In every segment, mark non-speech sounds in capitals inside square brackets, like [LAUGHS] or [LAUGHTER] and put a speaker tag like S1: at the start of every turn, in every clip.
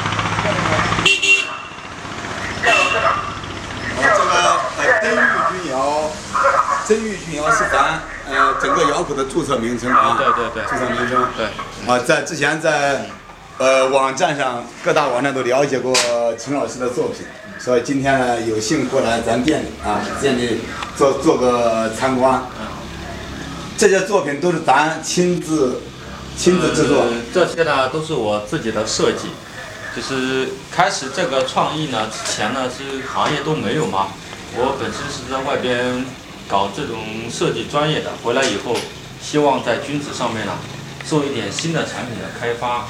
S1: 呃呃户的注册名称啊，
S2: 对对对
S1: 注册名称，
S2: 对，
S1: 啊，在之前在呃网站上各大网站都了解过秦老师的作品，所以今天呢有幸过来咱店里啊，店里做做个参观。这些作品都是咱亲自亲自制作，
S2: 呃这些呢都是我自己的设计，就是开始这个创意呢之前呢是行业都没有嘛，我本身是在外边搞这种设计专业的，回来以后希望在君子上面呢做一点新的产品的开发，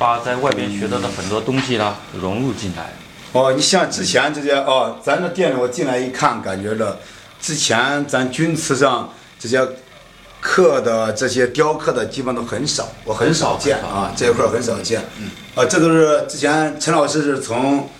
S2: 把在外边学到的很多东西呢融入进来。
S1: 哦，你像之前这些哦，咱这店里我进来一看，感觉到之前咱钧瓷上这些刻的这些雕刻的，基本都很少，我很少见
S2: 很少
S1: 啊，这一块儿很少见。嗯，啊，这都是之前陈老师是从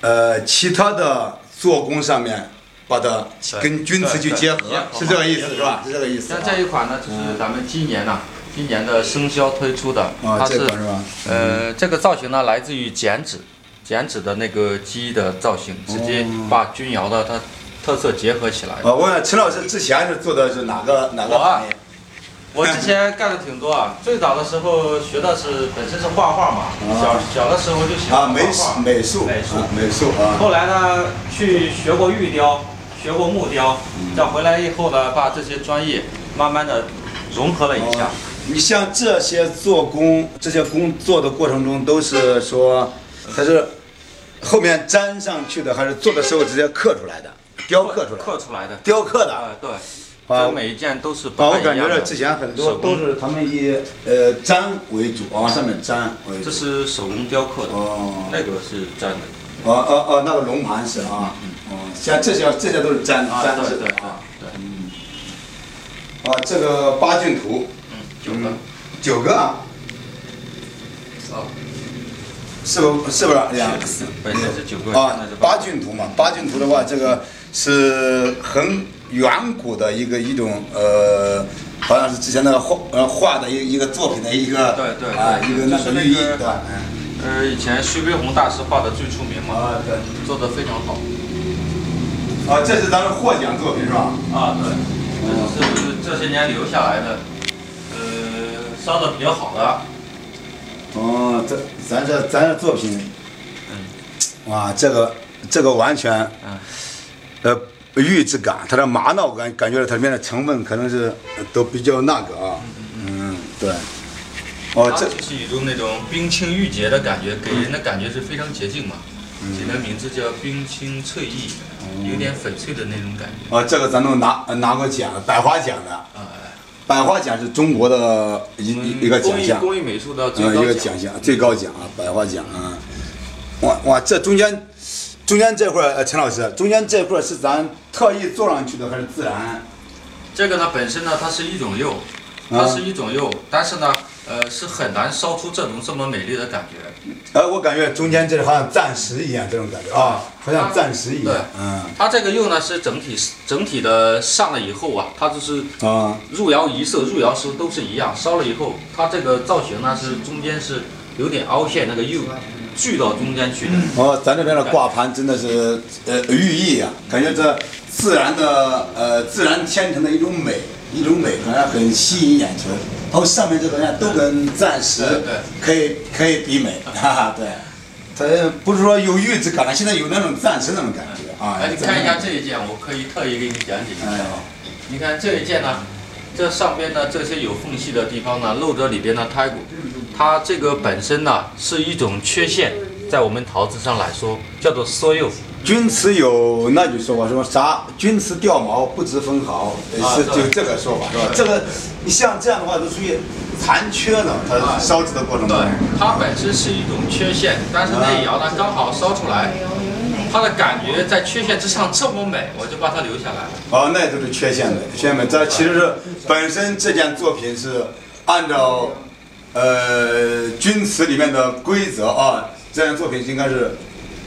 S1: 呃其他的做工上面把它
S2: 对
S1: 跟钧瓷去
S2: 对
S1: 结合
S2: 对结合，
S1: 是这个意思
S2: 结合
S1: 是吧？是这个意思啊。
S2: 像这一款呢，就是咱们今年呢、今年的生肖推出的，
S1: 啊，
S2: 它
S1: 这
S2: 是
S1: 款是吧？
S2: 呃，这个造型呢，来自于剪纸，剪纸的那个鸡的造型，
S1: 哦
S2: 直接把钧窑的它特色结合起来。
S1: [LAUGHS] 啊，我问陈老师之前是做的是哪个哪个
S2: 我啊
S1: 行业？
S2: 我之前干的挺多啊，最早的时候学的是本身是画画嘛，小小的时候就喜欢
S1: 啊，
S2: 画
S1: 美
S2: 画。
S1: 美术，
S2: 美术
S1: 啊美术啊。
S2: 后来呢，去学过玉雕，学过木雕，
S1: 嗯
S2: 再回来以后呢，把这些专业慢慢的融合了一下
S1: 哦。你像这些做工，这些工作的过程中，都是说它是后面粘上去的，还是做的时候直接刻出来的，雕刻出来的，
S2: 刻出来的。
S1: 雕刻的
S2: 啊
S1: 啊！，
S2: 对，
S1: 啊
S2: 这每一件都是不
S1: 我
S2: 太一
S1: 感觉
S2: 样
S1: 这
S2: 的。
S1: 之前很多
S2: 手
S1: 都
S2: 工
S1: 是他们以呃粘为主，往上面粘为
S2: 这
S1: 主。
S2: 是手工雕刻的，
S1: 哦
S2: 那个是粘的。
S1: 哦哦哦，那个龙盘是啊，哦，像这些这些都是粘
S2: 啊，嗯
S1: 粘
S2: 对
S1: 制
S2: 对
S1: 的
S2: 对
S1: 啊。
S2: 对，
S1: 啊，这个八骏图，
S2: 嗯，九个
S1: 嗯，九个啊，
S2: 哦，
S1: 是不是不是两
S2: 是本身是九个，现
S1: 啊
S2: 在是，
S1: 八
S2: 个
S1: 骏图嘛，八骏图的话，这个是很远古的一个一种呃，好像是之前那个画呃画的一一个作品的一个
S2: 对对对
S1: 啊一个那
S2: 就是
S1: 个
S2: 那
S1: 寓意对
S2: 个
S1: 嗯吧？
S2: 呃，以前徐悲鸿大师画的最出名
S1: 嗯
S2: 嘛，
S1: 啊对，
S2: 做的非常好。
S1: 啊这是咱们获奖作品是吧？
S2: 啊，对，这是这些年留下来的，呃，烧的比较好的，
S1: 啊哦，这咱这咱这作品，
S2: 嗯
S1: 哇，这个这个完全
S2: 嗯，
S1: 呃预制感，它的麻呢，我感感觉它里面的成分可能是呃都比较那个啊，嗯对，哦
S2: 它
S1: 这
S2: 啊就是一种那种冰清玉洁的感觉，给人的感觉是非常洁净嘛。
S1: 嗯
S2: 这个名字叫冰清翠意，有点翡翠的那种感觉。
S1: 哦这个咱都拿呃拿过奖，百花奖的。
S2: 啊，
S1: 百花奖是中国的一
S2: 嗯
S1: 一一个奖项，
S2: 工艺工艺美术的最
S1: 嗯，
S2: 高
S1: 一个奖项最高奖啊，百花奖啊。哇哇，这中间中间这块儿，呃，陈老师，中间这块儿是咱特意做上去的还是自然？
S2: 这个呢本身呢它是一种釉，
S1: 啊
S2: 它是一种釉，但是呢，呃，是很难烧出这种这么美丽的感觉。
S1: 哎，我感觉中间这好像暂时一样，这种感觉啊，好像暂时一样
S2: 对，
S1: 嗯
S2: 它这个釉呢是整体整体的上了以后啊，它就是
S1: 啊
S2: 入窑仪式、入窑时都是一样，烧了以后，它这个造型呢是中间是有点凹陷，那个釉聚到中间去的。
S1: 哦，咱这边的挂盘真的是呃寓意啊，感觉这自然的呃自然天成的一种美，一种美，好像很吸引眼球。然后上面这个呢都跟暂时
S2: 对对
S1: 可以可以比美， [LAUGHS] 哈哈，对。它不是说有预制感了，现在有那种暂时那种感觉啊。
S2: 哎来，你看一下这一件，我可以特意给你讲解一下啊。你看这一件呢，这上边呢这些有缝隙的地方呢，露着里边的胎骨，它这个本身呢是一种缺陷，在我们陶瓷上来说叫做缩釉。
S1: 钧瓷有那句说法，说啥钧瓷掉毛不值分毫，
S2: 啊
S1: 是
S2: 对
S1: 就这个说法是吧？
S2: 对
S1: 这个你像这样的话，都属于残缺了，它
S2: 啊
S1: 烧制的过程中
S2: 对。，它本身是一种缺陷，但是内窑呢刚好烧出来，它的感觉在缺陷之上这么美，我就把它留下来了。
S1: 哦，那都是缺陷的，缺陷的。这其实是本身这件作品是按照呃钧瓷里面的规则啊，这件作品应该是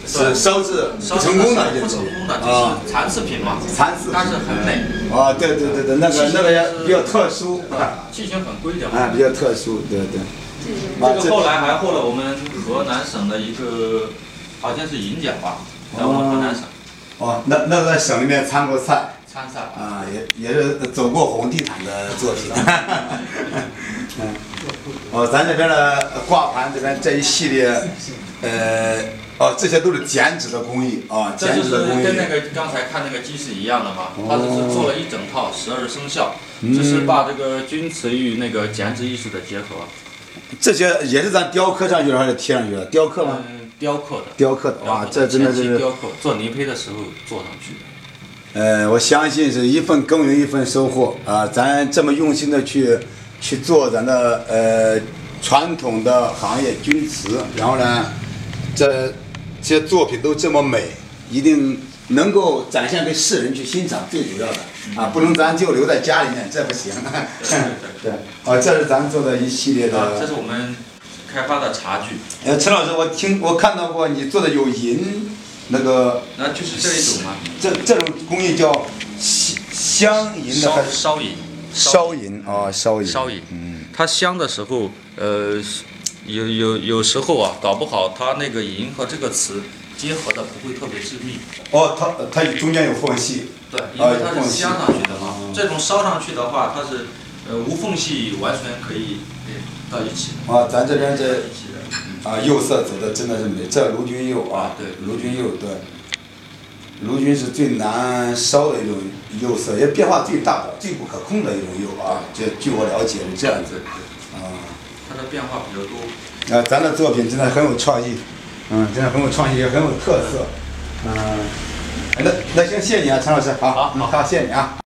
S1: 是
S2: 对
S1: 烧制
S2: 烧
S1: 不
S2: 制
S1: 成功的一
S2: 是
S1: 件作
S2: 不成
S1: 品
S2: 功的，
S1: 啊
S2: 就是残次品嘛，
S1: 残次品
S2: 但是很美，
S1: 啊，对对对对，那个
S2: 其实
S1: 那个也比较特殊，啊，
S2: 器型很规整。
S1: 比较特殊，对对。啊
S2: 这个后来还获了我们河南省的一个，好像是银奖吧，在我们河南省。
S1: 哦，那那个省里面参过赛，
S2: 参赛吧。
S1: 啊，也也是走过红地毯的作品。嗯， [LAUGHS] 哦，咱这边的挂盘这边这一系列，呃，哦，这些都是剪纸的工艺啊，
S2: 这
S1: 剪
S2: 就
S1: 纸
S2: 是
S1: 的工艺
S2: 跟。那个刚才看那个鸡是一样的嘛，它只
S1: 哦嗯
S2: 是做了一整套十二生肖，只是把这个钧瓷与那个剪纸艺术的结合，
S1: 这些也是咱雕刻上去了还是贴上去了？雕刻吗？
S2: 嗯，雕刻的。
S1: 雕刻的哇，这真的
S2: 前期
S1: 是，
S2: 雕刻做泥胚的时候做上去的。
S1: 呃，我相信是一份耕耘一份收获啊、咱这么用心的去去做咱的呃传统的行业钧瓷，然后呢，这这些作品都这么美，一定能够展现给世人去欣赏，最主要的啊，不能咱就留在家里面，这不行。 [LAUGHS] 对，哦，这是咱做的一系列
S2: 啊，
S1: 的
S2: 这是我们开发的茶具，
S1: 呃，陈老师，我听我看到过你做的有银那个
S2: 那就是这一种嘛，
S1: 这这种工艺叫香香银的
S2: 烧
S1: 还是
S2: 烧银，
S1: 烧银啊？烧银
S2: 烧银
S1: 嗯，
S2: 它香的时候，呃，有有有时候啊，搞不好它那个银和这个瓷结合的不会特别致密。
S1: 哦，它它中间有缝隙，
S2: 对，因
S1: 啊
S2: 为
S1: 有
S2: 它
S1: 缝
S2: 是
S1: 隙
S2: 镶上去的嘛
S1: 哦，
S2: 这种烧上去的话，它是呃无缝隙，完全可以对到一起的。
S1: 啊，咱这边
S2: 到
S1: 这
S2: 一起的。
S1: 啊釉色走的真的是美，这卢君釉啊
S2: 啊，对
S1: 卢君釉对，卢君是最难烧的一种釉色，也变化最大的、最不可控的一种釉啊。这据我了解是这样
S2: 对
S1: 子
S2: 对，
S1: 啊。
S2: 它的变化比较多。
S1: 呃，咱的作品真的很有创意，嗯，真的很有创意，也呃很有特色，嗯，那那行，谢谢你啊，陈老师，好，
S2: 好
S1: 嗯好，谢谢你啊。